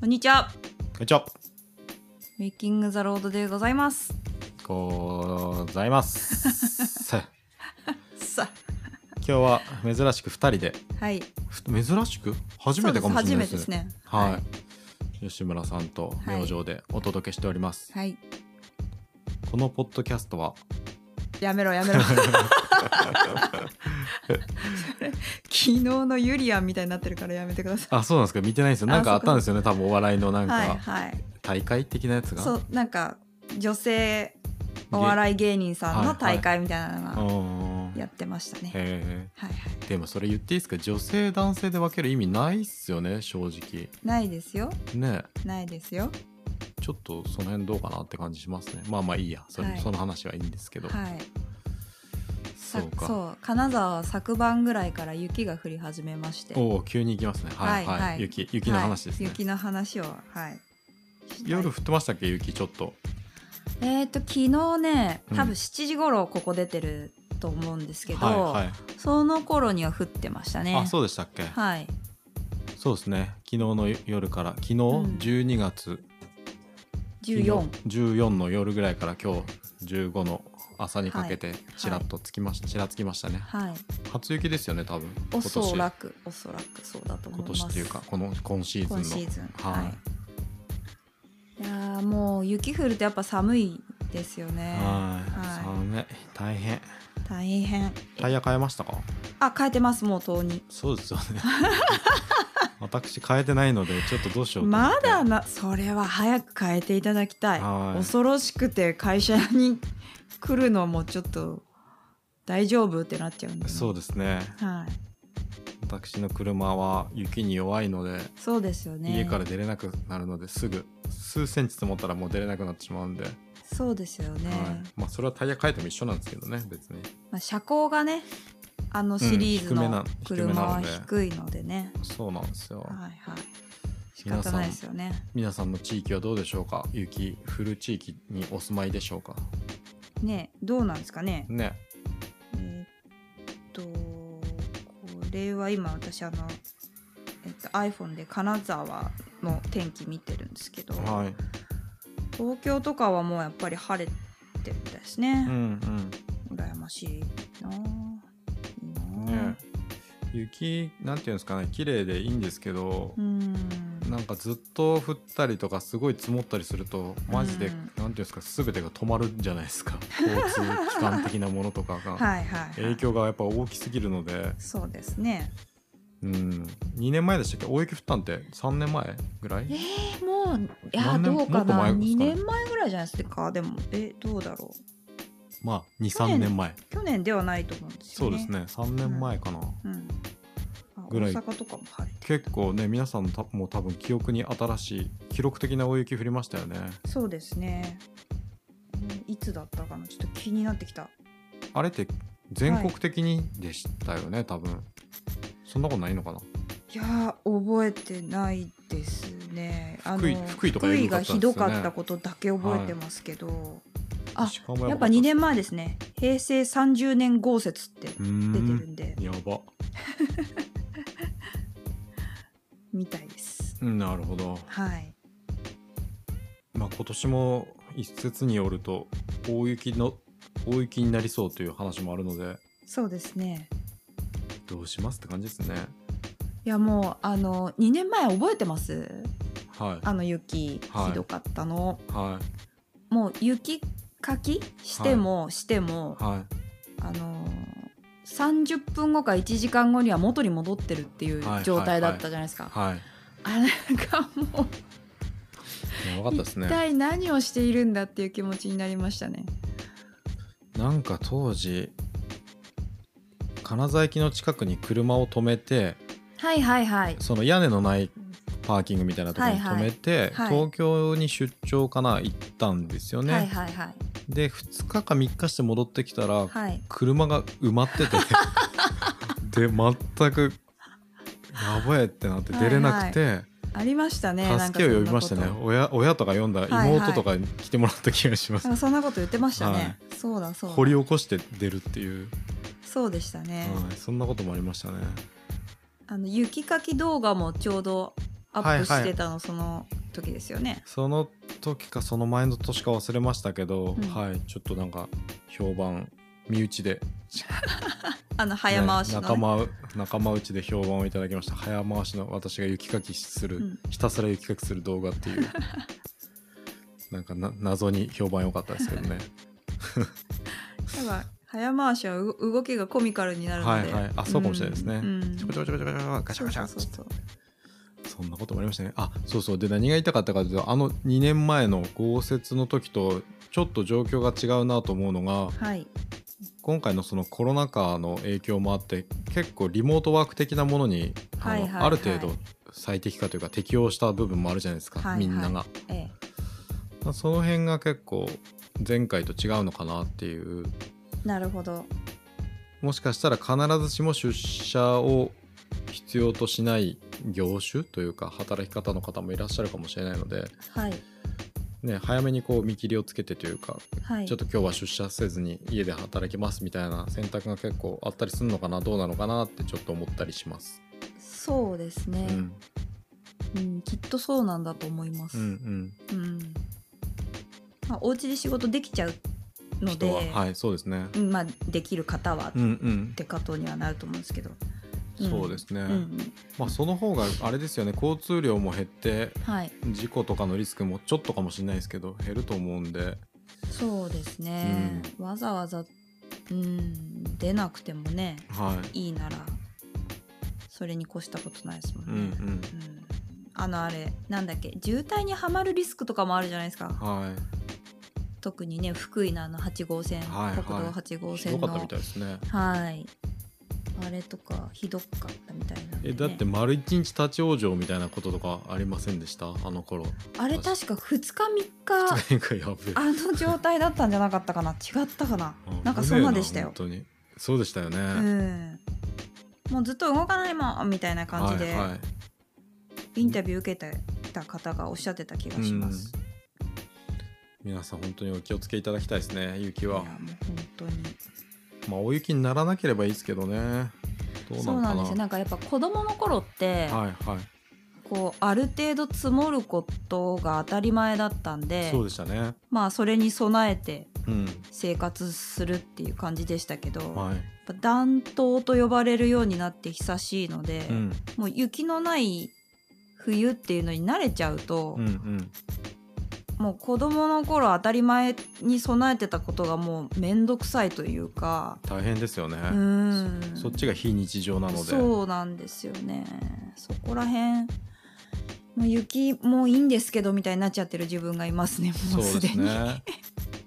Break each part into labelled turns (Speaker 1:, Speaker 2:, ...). Speaker 1: こんにちは。
Speaker 2: こんにちは。
Speaker 1: ウェイキングザロードでございます。
Speaker 2: ございます。 さあ
Speaker 1: さ
Speaker 2: 今日は珍しく二人で、
Speaker 1: はい。
Speaker 2: ふ珍しく初めてかもしれな
Speaker 1: そうです初め
Speaker 2: いですね。
Speaker 1: てですね。
Speaker 2: はい、吉村さんと明星でお届けしております。
Speaker 1: はい。
Speaker 2: このポッドキャストは、
Speaker 1: やめろやめ ろ。それ昨日のユリアンみたいになってるからやめてくださ
Speaker 2: あ、そうなんですか見てないんですよ。
Speaker 1: あ。
Speaker 2: なんかあったんですよね。多分お笑いのないん
Speaker 1: はい
Speaker 2: か
Speaker 1: はい。
Speaker 2: 大会的なやつが。
Speaker 1: そうなんか女性お笑い芸人さんの大会みたいな
Speaker 2: う
Speaker 1: のが
Speaker 2: ん。へ
Speaker 1: やってましたね。
Speaker 2: え。
Speaker 1: はいはい。
Speaker 2: でもそれ言っていいですか女性男性で分ける意味ないっすよね正直
Speaker 1: ないですよ。
Speaker 2: ね
Speaker 1: ないですよ。
Speaker 2: ちょっとその辺どうかなって感じしますねまあまあいいやそれ、
Speaker 1: はい
Speaker 2: その話はいいんですけど、
Speaker 1: はい。
Speaker 2: そ
Speaker 1: さ
Speaker 2: うか
Speaker 1: そう金沢は昨晩ぐらいから雪が降り始めまして。
Speaker 2: おお急に行きますねはい
Speaker 1: は
Speaker 2: はいい、
Speaker 1: はい
Speaker 2: 雪雪の話ですね、
Speaker 1: はい、雪の話をはいしたい
Speaker 2: 夜降ってましたっけ雪ちょっと
Speaker 1: えっ、と昨日ね
Speaker 2: うん
Speaker 1: 多分7時頃ここ出てると思うんですけど、
Speaker 2: はいはい、
Speaker 1: その頃には降ってましたね
Speaker 2: あそうでしたっけ、
Speaker 1: はい
Speaker 2: そうですね昨日の夜から昨日
Speaker 1: ん
Speaker 2: 12月、
Speaker 1: 14
Speaker 2: 14の夜ぐらいから今日15の朝にかけてちらっとつきまし、ちらつきましたね
Speaker 1: はい
Speaker 2: 初雪ですよね多分
Speaker 1: お
Speaker 2: 今
Speaker 1: そら
Speaker 2: 年
Speaker 1: くおそらくそうだと思い
Speaker 2: 今
Speaker 1: ます
Speaker 2: 年っていうかこの今シーズンの
Speaker 1: 今シーズン
Speaker 2: はい
Speaker 1: い、いやーもう雪降るとやっぱ寒いですよね
Speaker 2: はい、
Speaker 1: は
Speaker 2: 寒い大変
Speaker 1: 大変
Speaker 2: タイヤ変えましたか
Speaker 1: あ変えてますもうとうに
Speaker 2: そうですよ ね私変えてないのでちょっとどうしようと思っ
Speaker 1: ま
Speaker 2: て
Speaker 1: だなそれは早く変えていただきたい
Speaker 2: はい
Speaker 1: 恐ろしくて会社に来るのもちょっと大丈夫ってなっちゃうんで、
Speaker 2: そう
Speaker 1: で
Speaker 2: ですね
Speaker 1: す、はい、
Speaker 2: 私の車は雪に弱いので、
Speaker 1: そうですよね
Speaker 2: 家から出れなくなるのですぐ数センチ積もったらもう出れなくなってしまうんで、
Speaker 1: そうですよね、
Speaker 2: はい、まあそれはタイヤ変えても一緒なんですけどね別に
Speaker 1: まあ、車高がねあのシリーズ
Speaker 2: うん低め
Speaker 1: の
Speaker 2: な
Speaker 1: 車は
Speaker 2: 低めなので
Speaker 1: 低いのでね、
Speaker 2: そうなんですよ、
Speaker 1: はいはい仕方ないですよね
Speaker 2: 皆さんの地域はどうでしょうか雪降る地域にお住まいでしょうか
Speaker 1: ねどうなんですかね
Speaker 2: ね
Speaker 1: えーっとこれは今私あの、えっと、iPhone で金沢の天気見てるんですけど、
Speaker 2: はい
Speaker 1: 東京とかはもうやっぱり晴れてるみたいですね
Speaker 2: うんう、ん
Speaker 1: 羨ましいなあいいなあ、
Speaker 2: ね、雪なんていうんですかね綺麗でいいんですけど
Speaker 1: う、ん
Speaker 2: なんかずっと降ったりとかすごい積もったりするとマジで、
Speaker 1: うん
Speaker 2: なんていうんですか全てが止まるじゃない ですか交通機関的なものとか
Speaker 1: は
Speaker 2: が、
Speaker 1: いはい、は
Speaker 2: 影
Speaker 1: い、
Speaker 2: 響がやっぱ大きすぎるので、
Speaker 1: そうですね
Speaker 2: うん、2年前でしたっけ大雪降ったんって3年前ぐらい
Speaker 1: えー、もういや
Speaker 2: 何年
Speaker 1: どうかな
Speaker 2: もっと前です
Speaker 1: 2
Speaker 2: かね
Speaker 1: 年前ぐらいじゃないですかでもえどうだろう
Speaker 2: まあ
Speaker 1: 去年
Speaker 2: 23年前
Speaker 1: 去年ではないと思うんです
Speaker 2: そ
Speaker 1: よ
Speaker 2: う
Speaker 1: ね
Speaker 2: です、ね3年前かな、
Speaker 1: うん、あ
Speaker 2: ぐらい
Speaker 1: 大阪とかも晴れて
Speaker 2: 結構ね皆さんたもう多分記憶に新しい記録的な大雪降りましたよね
Speaker 1: そうですね、うん、いつだったかなちょっと気になってきた
Speaker 2: あれって全国的にでしたよね、多分そんなことないのかない
Speaker 1: やー覚えてないですね。あの
Speaker 2: 福井福井とか
Speaker 1: 福
Speaker 2: よ
Speaker 1: 井
Speaker 2: り
Speaker 1: が
Speaker 2: 良
Speaker 1: ひ
Speaker 2: かったですよ
Speaker 1: ど
Speaker 2: ね
Speaker 1: かったことだけ覚えてますけど、あ
Speaker 2: 石川も
Speaker 1: やっぱ
Speaker 2: ばかた
Speaker 1: 2年前ですね平成30年豪雪って
Speaker 2: うー
Speaker 1: 出てる
Speaker 2: ん
Speaker 1: んで、
Speaker 2: やば
Speaker 1: みたいです。
Speaker 2: うんなるほど
Speaker 1: はい、
Speaker 2: まあ今年も一説によると大雪の大雪になりそうという話もあるので
Speaker 1: そうですね。
Speaker 2: どうしますって感じですね
Speaker 1: いやもうあの2年前覚えてます
Speaker 2: はい
Speaker 1: あの雪
Speaker 2: はい
Speaker 1: ひどかったの、
Speaker 2: は
Speaker 1: もう雪かきしても、しても
Speaker 2: いは
Speaker 1: あのー30分後か1時間後には元に戻ってるっていう
Speaker 2: はい
Speaker 1: 状態だったじゃないですか。
Speaker 2: いはい
Speaker 1: あなんかも
Speaker 2: やば
Speaker 1: う、
Speaker 2: かったです
Speaker 1: 一
Speaker 2: ね
Speaker 1: 体何をしているんだっていう気持ちになりましたね。
Speaker 2: なんか当時金沢駅の近くに車を止めて
Speaker 1: はいはいはい。
Speaker 2: その屋根のないパーキングみたいなところに止めて、
Speaker 1: はい
Speaker 2: 東京に出張かな行ったんですよね、
Speaker 1: はいはいはい。
Speaker 2: で2日か3日して戻ってきたら、
Speaker 1: はい。
Speaker 2: 車が埋まって てで全くやばいってなって出れなくて、
Speaker 1: ありましたね。なんか
Speaker 2: 助けを呼びましたね
Speaker 1: そんなこと
Speaker 2: 親親とか呼んだ
Speaker 1: はいはい
Speaker 2: 妹とかに来てもらった気がします、
Speaker 1: なんかそんなこと言ってましたね。
Speaker 2: はい
Speaker 1: そうだそう
Speaker 2: 掘
Speaker 1: だ。
Speaker 2: り起こして出るっていう、
Speaker 1: そうでしたね。
Speaker 2: はい、そんなこともありましたね
Speaker 1: あの雪かき動画もちょうどアップしてたの、その時ですよね
Speaker 2: その時かその前の年か忘れましたけど、
Speaker 1: うん
Speaker 2: はいちょっとなんか評判身内で、
Speaker 1: あの早回しの、ね
Speaker 2: ね仲間う仲間内で評判をいただきました早回しの私が雪かきする、
Speaker 1: うん
Speaker 2: ひたすら雪かきする動画っていうなんかな謎に評判良かったですけどね
Speaker 1: やっぱ早回しはう動きがコミカルになるので
Speaker 2: はいはいあそうかもしれないですね
Speaker 1: うんうん
Speaker 2: ちょこちょこちょこちょこちょこガチャガチャ
Speaker 1: そうそうそう
Speaker 2: そんなこともありましたね。あそうそうで何が言いたかったかというとあの2年前の豪雪の時とちょっと状況が違うなと思うのが
Speaker 1: はい
Speaker 2: 今回のそのコロナ禍の影響もあって結構リモートワーク的なものにあ
Speaker 1: はい
Speaker 2: の
Speaker 1: はいはい
Speaker 2: ある程度最適化というか適応した部分もあるじゃないですか、
Speaker 1: はいはい
Speaker 2: みんなが。
Speaker 1: ええ
Speaker 2: その辺が結構前回と違うのかなっていう
Speaker 1: なるほど
Speaker 2: もしかしたら必ずしも出社を必要としない業種というか働き方の方もいらっしゃるかもしれないので。
Speaker 1: はい
Speaker 2: ね、早めにこう見切りをつけてというか、
Speaker 1: はい
Speaker 2: ちょっと今日は出社せずに家で働きますみたいな選択が結構あったりするのかなどうなのかなってちょっと思ったりします。
Speaker 1: そうですね、う
Speaker 2: う
Speaker 1: ん
Speaker 2: ん
Speaker 1: きっとそうなんだと思います、
Speaker 2: うんうん、
Speaker 1: うんまあ、お家で仕事できちゃうので
Speaker 2: 人ははいそうですね。
Speaker 1: うんまあ、できる方はっ
Speaker 2: うんうん
Speaker 1: てことにはなると思うんですけど、うん
Speaker 2: そうですね、
Speaker 1: うん
Speaker 2: まあ、その方があれですよね交通量も減って
Speaker 1: はい
Speaker 2: 事故とかのリスクもちょっとかもしれないですけど減ると思うんで
Speaker 1: そうですね、わざわざ、うん、出なくてもね
Speaker 2: はい
Speaker 1: いならそれに越したことないですもんね、
Speaker 2: うんうん
Speaker 1: うんあのあれなんだっけ渋滞にはまるリスクとかもあるじゃないですか
Speaker 2: は
Speaker 1: 特にね福井のあの8号線、
Speaker 2: はいはい
Speaker 1: 国道8
Speaker 2: い
Speaker 1: 号
Speaker 2: ひど
Speaker 1: 線
Speaker 2: かった
Speaker 1: の
Speaker 2: みたいですね
Speaker 1: はいあれとかひどかったみたいなんで、
Speaker 2: え
Speaker 1: ね、
Speaker 2: だって丸一日立ち往生みたいなこととかありませんでしたあの頃
Speaker 1: あれ確か2日3日
Speaker 2: なんかやべえ
Speaker 1: あの状態だったんじゃなかったかな違ったかな
Speaker 2: あ
Speaker 1: なんかそんなでしたよ
Speaker 2: 危ねえな本当にそうでしたよね、
Speaker 1: うんもうずっと動かないもんみたいな感じで
Speaker 2: はいはい
Speaker 1: インタビュー受けてた方がおっしゃってた気がします、
Speaker 2: 皆さん本当にお気をつけいただきたいですね雪
Speaker 1: いや
Speaker 2: は
Speaker 1: もう本当に
Speaker 2: まあ大雪にならなければいいですけどねどう
Speaker 1: そ
Speaker 2: な
Speaker 1: う
Speaker 2: の
Speaker 1: な
Speaker 2: か
Speaker 1: ん
Speaker 2: な
Speaker 1: ですよなんかやっぱ子供の頃って、
Speaker 2: はいはい、
Speaker 1: こうある程度積もることが当たり前だったんで
Speaker 2: そうでしたね
Speaker 1: まあそれに備えて
Speaker 2: うん
Speaker 1: 生活するっていう感じでしたけど、やっ
Speaker 2: はい、
Speaker 1: ぱ暖冬と呼ばれるようになって久しいので、
Speaker 2: うん、
Speaker 1: もう雪のない冬っていうのに慣れちゃうと、
Speaker 2: うんうん
Speaker 1: もう子供の頃当たり前に備えてたことがもう面倒くさいというか、
Speaker 2: 大変ですよね、
Speaker 1: うーん
Speaker 2: そっちが非日常なので
Speaker 1: そうなんですよねそこら辺もう雪もういいんですけどみたいになっちゃってる自分がいますねもう
Speaker 2: そう
Speaker 1: す
Speaker 2: で
Speaker 1: ですに
Speaker 2: ね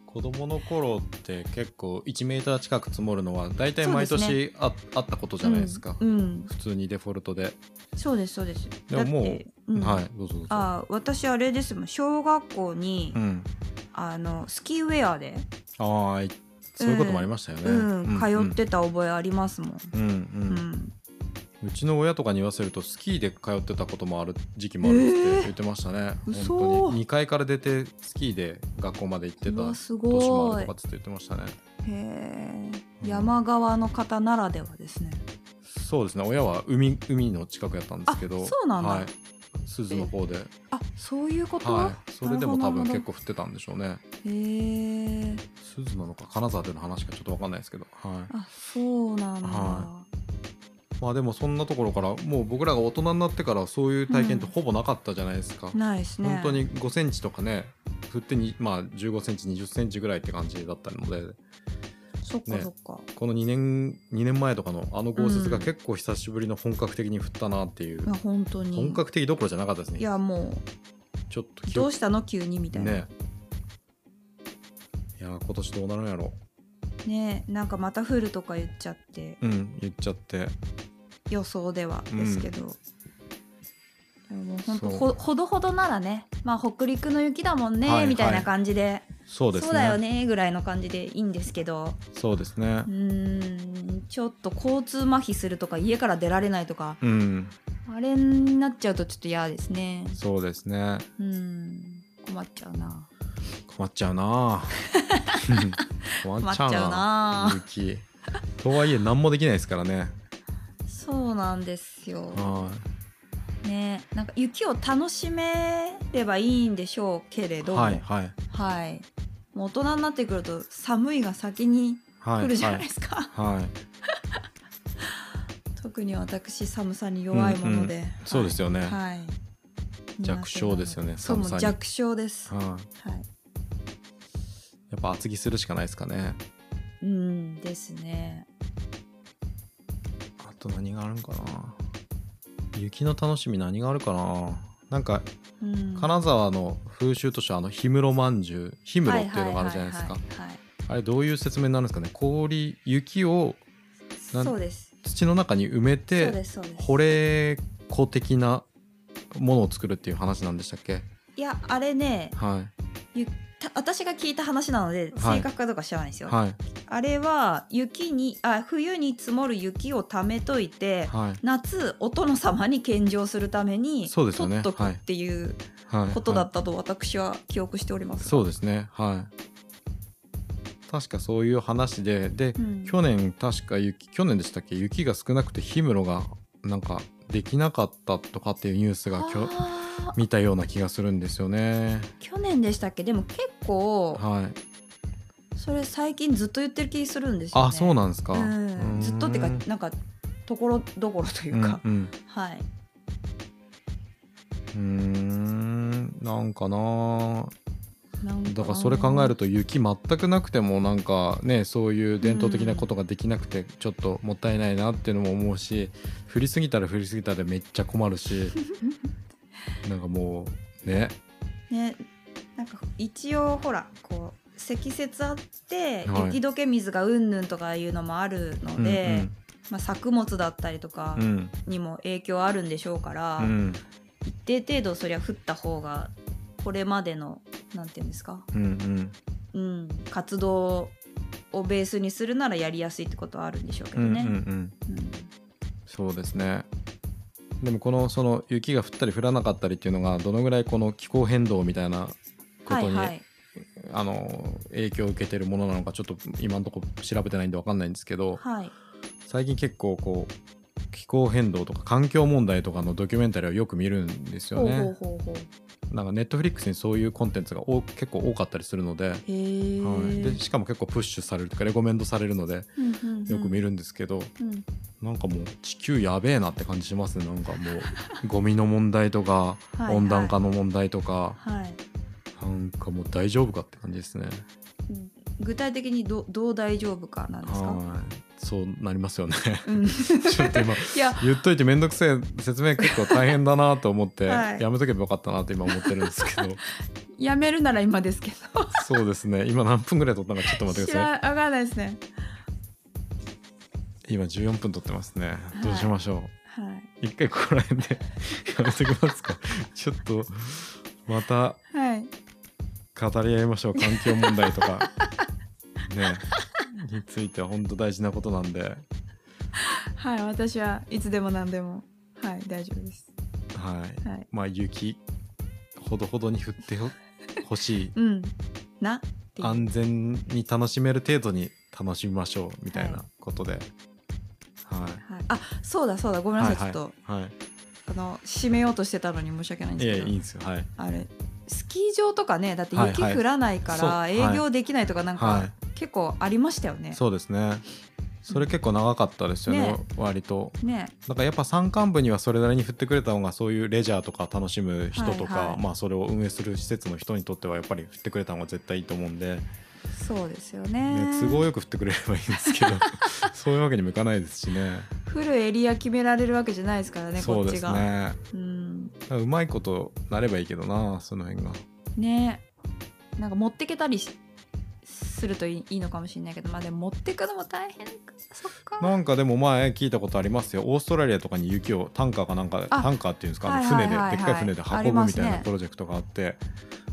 Speaker 2: 子供の頃って結構1メーター近く積もるのは大体毎
Speaker 1: そう
Speaker 2: 年あ,、あったことじゃないですか、
Speaker 1: うん、うん
Speaker 2: 普通にデフォルトで、
Speaker 1: そうですそうです
Speaker 2: でももう
Speaker 1: だってん
Speaker 2: はいどうぞどうぞ
Speaker 1: あ私あれですもん小学校に、
Speaker 2: うん
Speaker 1: あのスキーウェアで、
Speaker 2: ああいそういうこともありましたよね。
Speaker 1: うん、通ってた覚えありますもん、
Speaker 2: うんう
Speaker 1: う
Speaker 2: ん、うん
Speaker 1: ん
Speaker 2: うちの親とかに言わせるとスキーで通ってたこともある時期もあるって
Speaker 1: えー
Speaker 2: 言ってましたね。
Speaker 1: 嘘
Speaker 2: 本当に2階から出てスキーで学校まで行って
Speaker 1: う
Speaker 2: た
Speaker 1: わす
Speaker 2: 年もあ
Speaker 1: ご
Speaker 2: る
Speaker 1: い
Speaker 2: とかって言ってましたね。
Speaker 1: へえ
Speaker 2: うん
Speaker 1: 山側の方ならではですね
Speaker 2: そうですね親は海海の近くやったんですけど
Speaker 1: あそうなんだ
Speaker 2: はい、鈴の方で、
Speaker 1: あそういうこと、
Speaker 2: はい、それでも多分
Speaker 1: な
Speaker 2: 結
Speaker 1: るほ
Speaker 2: 構降ってたんでしょうね。
Speaker 1: どへえ
Speaker 2: 鈴なのか金沢での話かちょっと分かんないですけど、はい、
Speaker 1: あそうなんだ、
Speaker 2: はまあでもそんなところからもう僕らが大人になってからそういう体験ってほぼなかったじゃないですか。
Speaker 1: ないですね
Speaker 2: 本当に5センチとかね振ってに、まあ、15センチ20センチぐらいって感じだったので
Speaker 1: そっか
Speaker 2: ね
Speaker 1: そっか、
Speaker 2: この2年2年前とかのあの豪雪
Speaker 1: う
Speaker 2: が
Speaker 1: ん
Speaker 2: 結構久しぶりの本格的に降ったなっていう、
Speaker 1: いや本当に
Speaker 2: 本格的どころじゃなかったです
Speaker 1: い
Speaker 2: ね
Speaker 1: やも
Speaker 2: ちょっと
Speaker 1: う
Speaker 2: 記
Speaker 1: どう
Speaker 2: 憶
Speaker 1: したの急にみたいな
Speaker 2: ねいや今年どうなるんやろ
Speaker 1: ねなんかまた降るとか言っちゃって
Speaker 2: うん言っちゃって
Speaker 1: 予想ではですけど、でももう本当
Speaker 2: そう
Speaker 1: ほほどほどならねまあ北陸の雪だもんね、
Speaker 2: はい
Speaker 1: みたい
Speaker 2: は
Speaker 1: ない感じで
Speaker 2: そうですね
Speaker 1: だよねぐらいの感じでいいんですけど
Speaker 2: そうですね
Speaker 1: うーんちょっと交通麻痺するとか家から出られないとか
Speaker 2: うん
Speaker 1: あれになっちゃうとちょっと嫌ですね
Speaker 2: そうですね
Speaker 1: うん困っちゃうな
Speaker 2: 困っちゃ うな困っちゃ
Speaker 1: 困っ
Speaker 2: うな
Speaker 1: ちゃうな
Speaker 2: 雪とはいえ何もできないですからね
Speaker 1: そうなんですよ
Speaker 2: は
Speaker 1: ねなんか雪を楽しめればいいんでしょうけれど、
Speaker 2: はいはい
Speaker 1: はいもう大人になってくると寒いが先に
Speaker 2: はい
Speaker 1: 来るじゃ
Speaker 2: は
Speaker 1: ない
Speaker 2: い
Speaker 1: ですか、
Speaker 2: はい
Speaker 1: 特に私寒さに弱いもので、はい
Speaker 2: そうですよね
Speaker 1: はい
Speaker 2: 弱小ですよね
Speaker 1: そうもう
Speaker 2: 寒さに
Speaker 1: 弱小です、は
Speaker 2: は
Speaker 1: い、
Speaker 2: いやっぱ厚着するしかないですかね
Speaker 1: うんですね
Speaker 2: あと何があるんかな雪の楽しみ何があるかななんか
Speaker 1: うん
Speaker 2: 金沢の風習としてはあの氷室まんじゅう氷室っていうのがあるじゃないですか
Speaker 1: はははいはい
Speaker 2: あれどういう説明になるんですかね氷雪をなん
Speaker 1: そうです
Speaker 2: 土の中に埋め
Speaker 1: そう
Speaker 2: て
Speaker 1: ですそうです
Speaker 2: 保冷庫的なものを作るっていう話なんでしたっけ
Speaker 1: いやあれね
Speaker 2: は
Speaker 1: ゆた私が聞いた話なので
Speaker 2: はい
Speaker 1: 正確かどうか知らないんです
Speaker 2: い
Speaker 1: よ、
Speaker 2: はい
Speaker 1: あれは雪にあ冬に積もる雪を貯めといて、
Speaker 2: はい
Speaker 1: 夏お殿様に献上するために
Speaker 2: そう
Speaker 1: 取
Speaker 2: ですよね
Speaker 1: っとく
Speaker 2: はい
Speaker 1: っていう
Speaker 2: はい
Speaker 1: ことだったと私は記憶しております、
Speaker 2: そうですねはい確かそういう話でで、
Speaker 1: うん
Speaker 2: 去年確か雪去年でしたっけ雪が少なくて氷室がなんかできなかったとかっていうニュースが今日
Speaker 1: あー
Speaker 2: 見たような気がするんですよね
Speaker 1: 去年でしたっけでも結構
Speaker 2: はい
Speaker 1: それ最近ずっと言ってる気するんですよね
Speaker 2: あそうなんですか、
Speaker 1: うん
Speaker 2: うーん
Speaker 1: ずっとっていうかなんかところどころというか、
Speaker 2: うんうん
Speaker 1: はい、
Speaker 2: うーんなんかな
Speaker 1: なん
Speaker 2: だからそれ考えると雪全くなくてもなんかねそういう伝統的なことができなくてちょっともったいないなっていうのも思うし降りすぎたら降りすぎたでめっちゃ困 るしなんかもうね
Speaker 1: ねなんか一応ほらこう積雪あって
Speaker 2: はい
Speaker 1: 雪解け水がうんぬんとかいうのもあるので、まあ、作物だったりとか
Speaker 2: うんうん
Speaker 1: にも影響あるんでしょうから、
Speaker 2: うん
Speaker 1: 一定程度そりゃ降った方がこれまでのなんていうんですか、
Speaker 2: うんうん
Speaker 1: うん、活動をベースにするならやりやすいってことはあるんでしょうけ
Speaker 2: う
Speaker 1: ど
Speaker 2: んうんう
Speaker 1: ね。
Speaker 2: ん
Speaker 1: うん
Speaker 2: そうですねでもこのその雪が降ったり降らなかったりっていうのがどのぐらいこの気候変動みたいなこ
Speaker 1: は
Speaker 2: と
Speaker 1: い
Speaker 2: に
Speaker 1: はい
Speaker 2: あの影響を受けてるものなのかちょっと今のとこ調べてないんで分かんないんですけど、
Speaker 1: はい
Speaker 2: 最近結構こう気候変動とか環境問題とかのドキュメンタリーをよく見るんですよ
Speaker 1: ほうほう
Speaker 2: ね。
Speaker 1: ほうほう
Speaker 2: なんかネットフリックスにそういうコンテンツが多結構多かったりするので,、は
Speaker 1: へえ、
Speaker 2: い、でしかも結構プッシュされるとかレコメンドされるので
Speaker 1: うんうんうん
Speaker 2: よく見るんですけど、
Speaker 1: うん
Speaker 2: なんかもう地球やべえなって感じしますねなんかもうゴミの問題とか
Speaker 1: はいはい
Speaker 2: 温暖化の問題とか
Speaker 1: はい
Speaker 2: なんかもう大丈夫かって感じですね。
Speaker 1: 具体的にどどう大丈夫かなんですか、
Speaker 2: はいそうなりますよね
Speaker 1: うん、い
Speaker 2: ちょっと今
Speaker 1: や
Speaker 2: 言っといてめんどくせえ説明結構大変だなと思って、
Speaker 1: はい
Speaker 2: やめとけばよかったなって今思ってるんですけ ど
Speaker 1: やめるなら今ですけど
Speaker 2: そうですね今何分ぐらい撮ったのかちょっと待っ
Speaker 1: 知
Speaker 2: てください
Speaker 1: らわかんないですね
Speaker 2: 今14分撮ってますね
Speaker 1: い
Speaker 2: どうしましょう、
Speaker 1: はい
Speaker 2: 一回ここら辺で やめときますかちょっとまた
Speaker 1: はい
Speaker 2: 語り合いましょう環境問題とか ねについては本当大事なことなんで
Speaker 1: はい私はいつでも何でもはい大丈夫です
Speaker 2: はい
Speaker 1: はい
Speaker 2: まあ雪ほどほどに降ってほほしい
Speaker 1: うんなっていう
Speaker 2: 安全に楽しめる程度に楽しみましょうみたいなことで、は
Speaker 1: はい、あそうだそうだごめんなさい、
Speaker 2: はい
Speaker 1: ちょっ
Speaker 2: いはい、
Speaker 1: とあの締めようとしてたのに申し訳ないん
Speaker 2: い、
Speaker 1: です
Speaker 2: や
Speaker 1: け
Speaker 2: い
Speaker 1: ど
Speaker 2: いんですよはい、
Speaker 1: あれスキー場とかねだって
Speaker 2: はい
Speaker 1: 雪
Speaker 2: はい
Speaker 1: 降らないか
Speaker 2: そう
Speaker 1: ら
Speaker 2: はい
Speaker 1: 営業できないとかなん
Speaker 2: は
Speaker 1: か結構ありましたよね、
Speaker 2: い、そうですねそれ結構長かったですよね
Speaker 1: ね
Speaker 2: 割と
Speaker 1: ね
Speaker 2: だからやっぱ山間部にはそれなりに振ってくれた方がそういうレジャーとか楽しむ人とか、
Speaker 1: はいはい
Speaker 2: まあそれを運営する施設の人にとってはやっぱり振ってくれた方が絶対いいと思うんで、ね、
Speaker 1: そうですよね
Speaker 2: 都合よく振ってくれればいいんです けどそういうわけにもいかないですしね
Speaker 1: 降るエリア決められるわけじゃないですからね
Speaker 2: そ
Speaker 1: こ
Speaker 2: う
Speaker 1: っ
Speaker 2: で
Speaker 1: ち
Speaker 2: す
Speaker 1: が
Speaker 2: ね
Speaker 1: うん
Speaker 2: だからうまいことなればいいけどなその辺が
Speaker 1: ねなんか持ってけたりしするといいいいのかもしれないけどまあでも持ってくのも大変かそっか
Speaker 2: なんかでも前聞いたことありますよオーストラリアとかに雪をタンカーかなんか
Speaker 1: あ
Speaker 2: タンカーっていうんですか、あの
Speaker 1: はいは
Speaker 2: 船
Speaker 1: い
Speaker 2: で、
Speaker 1: はいはい
Speaker 2: でっかい船で
Speaker 1: あり
Speaker 2: 運ぶ
Speaker 1: ま
Speaker 2: み
Speaker 1: す
Speaker 2: たいな
Speaker 1: ね
Speaker 2: プロジェクトがあって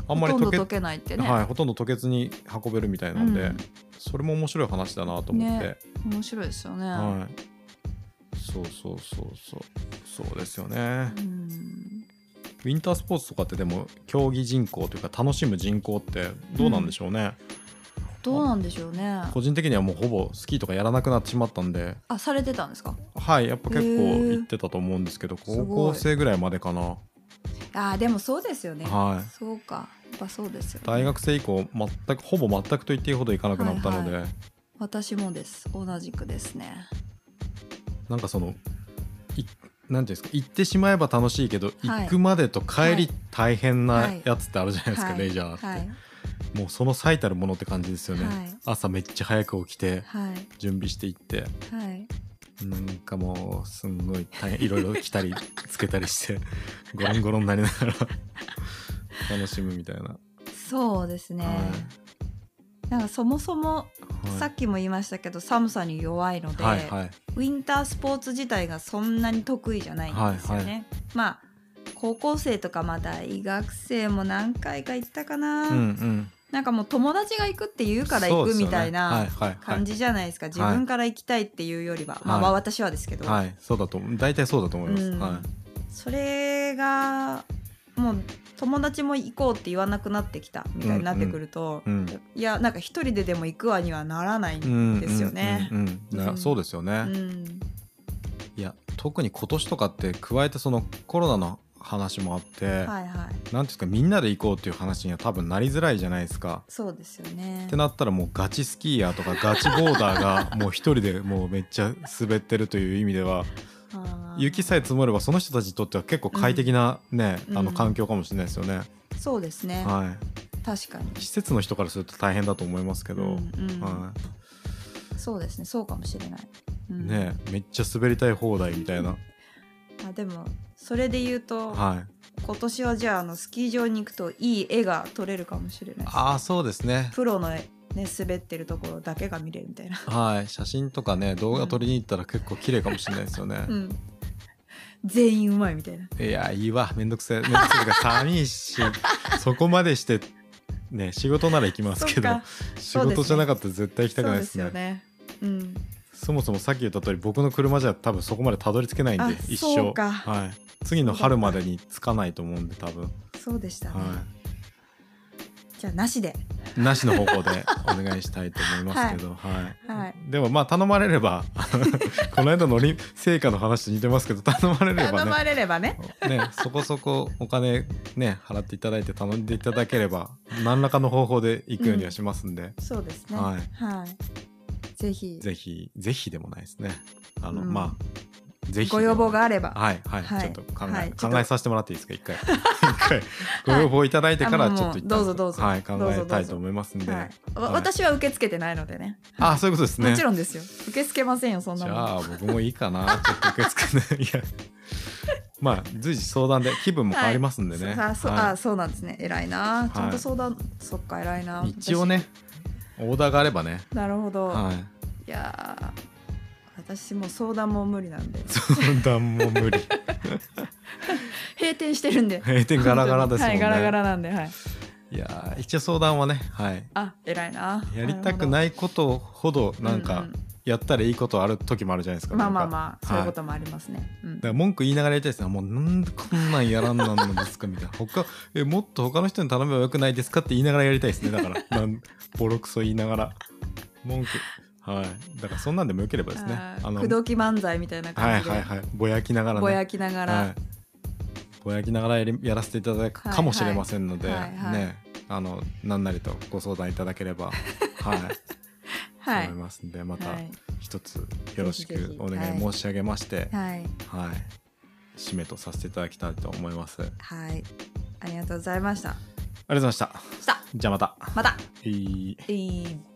Speaker 2: あ
Speaker 1: あ
Speaker 2: んまり
Speaker 1: ほと
Speaker 2: 溶
Speaker 1: んど
Speaker 2: け
Speaker 1: 溶けないってね、
Speaker 2: はい、ほとんど溶けずに運べるみたいなんで、
Speaker 1: うん
Speaker 2: それも面白い話だなと思って、
Speaker 1: ね面白いですよね、
Speaker 2: はい、そうそうそうそうそうですよね
Speaker 1: うん
Speaker 2: ウィンタースポーツとかってでも競技人口というか楽しむ人口ってどうなんでしょうね、
Speaker 1: どうなんでしょうね
Speaker 2: 個人的にはもうほぼスキーとかやらなくなってしまったんで
Speaker 1: あされてたんですか
Speaker 2: はいやっぱ結
Speaker 1: へ
Speaker 2: 構
Speaker 1: ー
Speaker 2: 行ってたと思うんですけど
Speaker 1: ごい
Speaker 2: 高校生ぐらいまでかな
Speaker 1: あーでもそうですよね
Speaker 2: はい
Speaker 1: そうかやっぱそうですよ、ね、
Speaker 2: 大学生以降全くほぼ全くと言っていいほど行かなくなったので、
Speaker 1: はい私もです同じくですね
Speaker 2: なんかそのいなんていうんですか行ってしまえば楽しいけど、
Speaker 1: はい
Speaker 2: 行くまでと帰り大変な
Speaker 1: はい
Speaker 2: やつってあるじゃないですか、
Speaker 1: はい
Speaker 2: レジャーって、
Speaker 1: はい
Speaker 2: もうその最たるものって感じですよね、
Speaker 1: はい
Speaker 2: 朝めっちゃ早く起きて
Speaker 1: はい
Speaker 2: 準備していって
Speaker 1: はい
Speaker 2: なんかもうすんごい大変いろいろ来たりつけたりして ゴロンゴロンになりながら楽しむみたいな、は
Speaker 1: そうですね、
Speaker 2: い
Speaker 1: なんかそもそも、
Speaker 2: はい
Speaker 1: さっきも言いましたけど寒さに弱いので、
Speaker 2: はいはい
Speaker 1: ウィンタースポーツ自体がそんなに得意じゃないんですよね。
Speaker 2: はいは
Speaker 1: まあ高校生とかまあ大学生も何回か行ったかな、
Speaker 2: うんうん
Speaker 1: なんかもう友達が行くって言うから行くみたいな
Speaker 2: そうですよねはいはいはい
Speaker 1: 感じじゃないですか、
Speaker 2: い
Speaker 1: 自分から行きたいっていうよりは、まあ
Speaker 2: はい
Speaker 1: まあ私はですけど、
Speaker 2: はいそうだと思う大体そうだと思います、
Speaker 1: うん
Speaker 2: は
Speaker 1: それがもう友達も行こうって言わなくなってきたみたいになってくると、
Speaker 2: うんうん
Speaker 1: いやなんか一人ででも行くわにはならない
Speaker 2: いうん
Speaker 1: んですよね。
Speaker 2: うんうんうんな
Speaker 1: うん
Speaker 2: そうですよね、
Speaker 1: うん
Speaker 2: いや特に今年とかって加えてそのコロナの話もあって、
Speaker 1: はいはい
Speaker 2: なんていうんですかみんなで行こうっていう話には多分なりづらいじゃないですか。
Speaker 1: そうですよね
Speaker 2: って。なったらもうガチスキーヤーとかガチボーダーがもう一人でもうめっちゃ滑ってるという意味では
Speaker 1: あー
Speaker 2: 雪さえ積もればその人たちにとっては結構快適なね、
Speaker 1: うん
Speaker 2: あ
Speaker 1: う
Speaker 2: の
Speaker 1: ん
Speaker 2: 環境かもしれないですよね、
Speaker 1: そうですね、
Speaker 2: は
Speaker 1: 確かに
Speaker 2: い施設の人からすると大変だと思いますけど、
Speaker 1: うんうん
Speaker 2: は
Speaker 1: そうですねそうかもしれない、う
Speaker 2: い、
Speaker 1: ん
Speaker 2: ねめっちゃ滑りたい放題みたいな、
Speaker 1: あでもそれで言うと、
Speaker 2: はい、
Speaker 1: 今年はじゃああのスキー場に行くといい絵が撮れるかもしれないです
Speaker 2: ああそうですね
Speaker 1: プロのね滑ってるところだけが見れるみたいな
Speaker 2: はい、写真とかね動画撮りに行ったら結構綺麗かもしれないですよね
Speaker 1: う。ん全員うまいみたいない
Speaker 2: やいいわめんどくせえめんどくせえというか寒いし そこまでしてね仕事なら行きますけど
Speaker 1: そっか
Speaker 2: 仕
Speaker 1: そうです
Speaker 2: 事
Speaker 1: ね
Speaker 2: じゃなかったら絶対行きたく
Speaker 1: そ
Speaker 2: な
Speaker 1: う
Speaker 2: い
Speaker 1: で
Speaker 2: です
Speaker 1: す
Speaker 2: ね
Speaker 1: よ
Speaker 2: そ
Speaker 1: ねうん
Speaker 2: もそもさっき言った通り僕の車じゃ多分そこまでたどり着けないん
Speaker 1: あ
Speaker 2: で一
Speaker 1: そ
Speaker 2: 生
Speaker 1: う、か
Speaker 2: はい、次の春までに着かないと思うんで多 分、
Speaker 1: そうでしたね、
Speaker 2: は
Speaker 1: じゃあなしで
Speaker 2: い、なしの方向でお願いしたいと思いますけど、はい
Speaker 1: はい
Speaker 2: でもまあ頼まれれば この間のり成果の話と似てますけど頼まれれば
Speaker 1: 頼
Speaker 2: ね
Speaker 1: まれればね
Speaker 2: ね、そこそこお金ね払っていただいて頼んでいただければ何らかの方法で行くようにはしますんで、
Speaker 1: そうですね
Speaker 2: はい
Speaker 1: はいぜひ
Speaker 2: ぜひぜひでもないですねあの、
Speaker 1: うん
Speaker 2: まあぜひ
Speaker 1: ご要望があれば
Speaker 2: はいはい、
Speaker 1: はい
Speaker 2: ちょっと考え、
Speaker 1: はいちょっと
Speaker 2: 考えさせてもらっていいですか一回一回ご要望いただいてから
Speaker 1: あもう
Speaker 2: ちょっと一旦
Speaker 1: どうぞどうぞ
Speaker 2: はい、考
Speaker 1: どうぞどうぞ
Speaker 2: えたいと思いますんで、
Speaker 1: はい、わ
Speaker 2: はい
Speaker 1: 私は受け付けてないのでね、
Speaker 2: あそういうことですね
Speaker 1: もちろんですよ受け付けませんよそん
Speaker 2: じ
Speaker 1: なも
Speaker 2: ゃ
Speaker 1: の
Speaker 2: あ僕もいいかなちょっと受け付けないいやまあ随時相談で気分も変わりますんでね、
Speaker 1: そあそ,、
Speaker 2: はい
Speaker 1: あそうなんですね偉いなちゃんと相談、そっか偉いな
Speaker 2: 一応ねオーダーがあればね
Speaker 1: 私なるほど、
Speaker 2: はい
Speaker 1: い、やー私もう相談も無理なんで
Speaker 2: 相談も無理
Speaker 1: 閉店してるんで
Speaker 2: 閉 店ガラガラですもんね、
Speaker 1: はいガラガラなんではい
Speaker 2: いやー一応相談はねはい
Speaker 1: あ偉いな
Speaker 2: やりたく
Speaker 1: い
Speaker 2: ないことほどなんかやったらいいことある時もあるじゃないですか
Speaker 1: まあ
Speaker 2: なん
Speaker 1: ま
Speaker 2: か
Speaker 1: あまあそういうこ
Speaker 2: は
Speaker 1: ともありますね、うん
Speaker 2: だから文句言いながらやりたいですねもうなんでこんなんやらんなんのですかみたい な他えもっと他の人に頼めばよくないですかって言いながらやりたいですねだからなんボロクソ言いながら文句はいだからそんなんでもよければですね
Speaker 1: あー
Speaker 2: の
Speaker 1: 口説き漫才みたいな
Speaker 2: はい
Speaker 1: 感じで、
Speaker 2: はいはいぼやきながらね
Speaker 1: ぼやきながら、
Speaker 2: はい、ぼやきながらやりやらせていただくかもしれませんので、
Speaker 1: はいはいはいはい
Speaker 2: ねあのなんなりとご相談いただければ はい、
Speaker 1: はい
Speaker 2: 思いますんでま
Speaker 1: は
Speaker 2: た
Speaker 1: い
Speaker 2: 一つよろし
Speaker 1: ぜひぜ
Speaker 2: く
Speaker 1: ひ
Speaker 2: お願い申し上げまして、
Speaker 1: はい
Speaker 2: はい締めとさせていただきたいと思いますありがとう
Speaker 1: はい。ありがとうございました。
Speaker 2: ございました
Speaker 1: した。
Speaker 2: じゃあまた、は
Speaker 1: また。
Speaker 2: い
Speaker 1: えー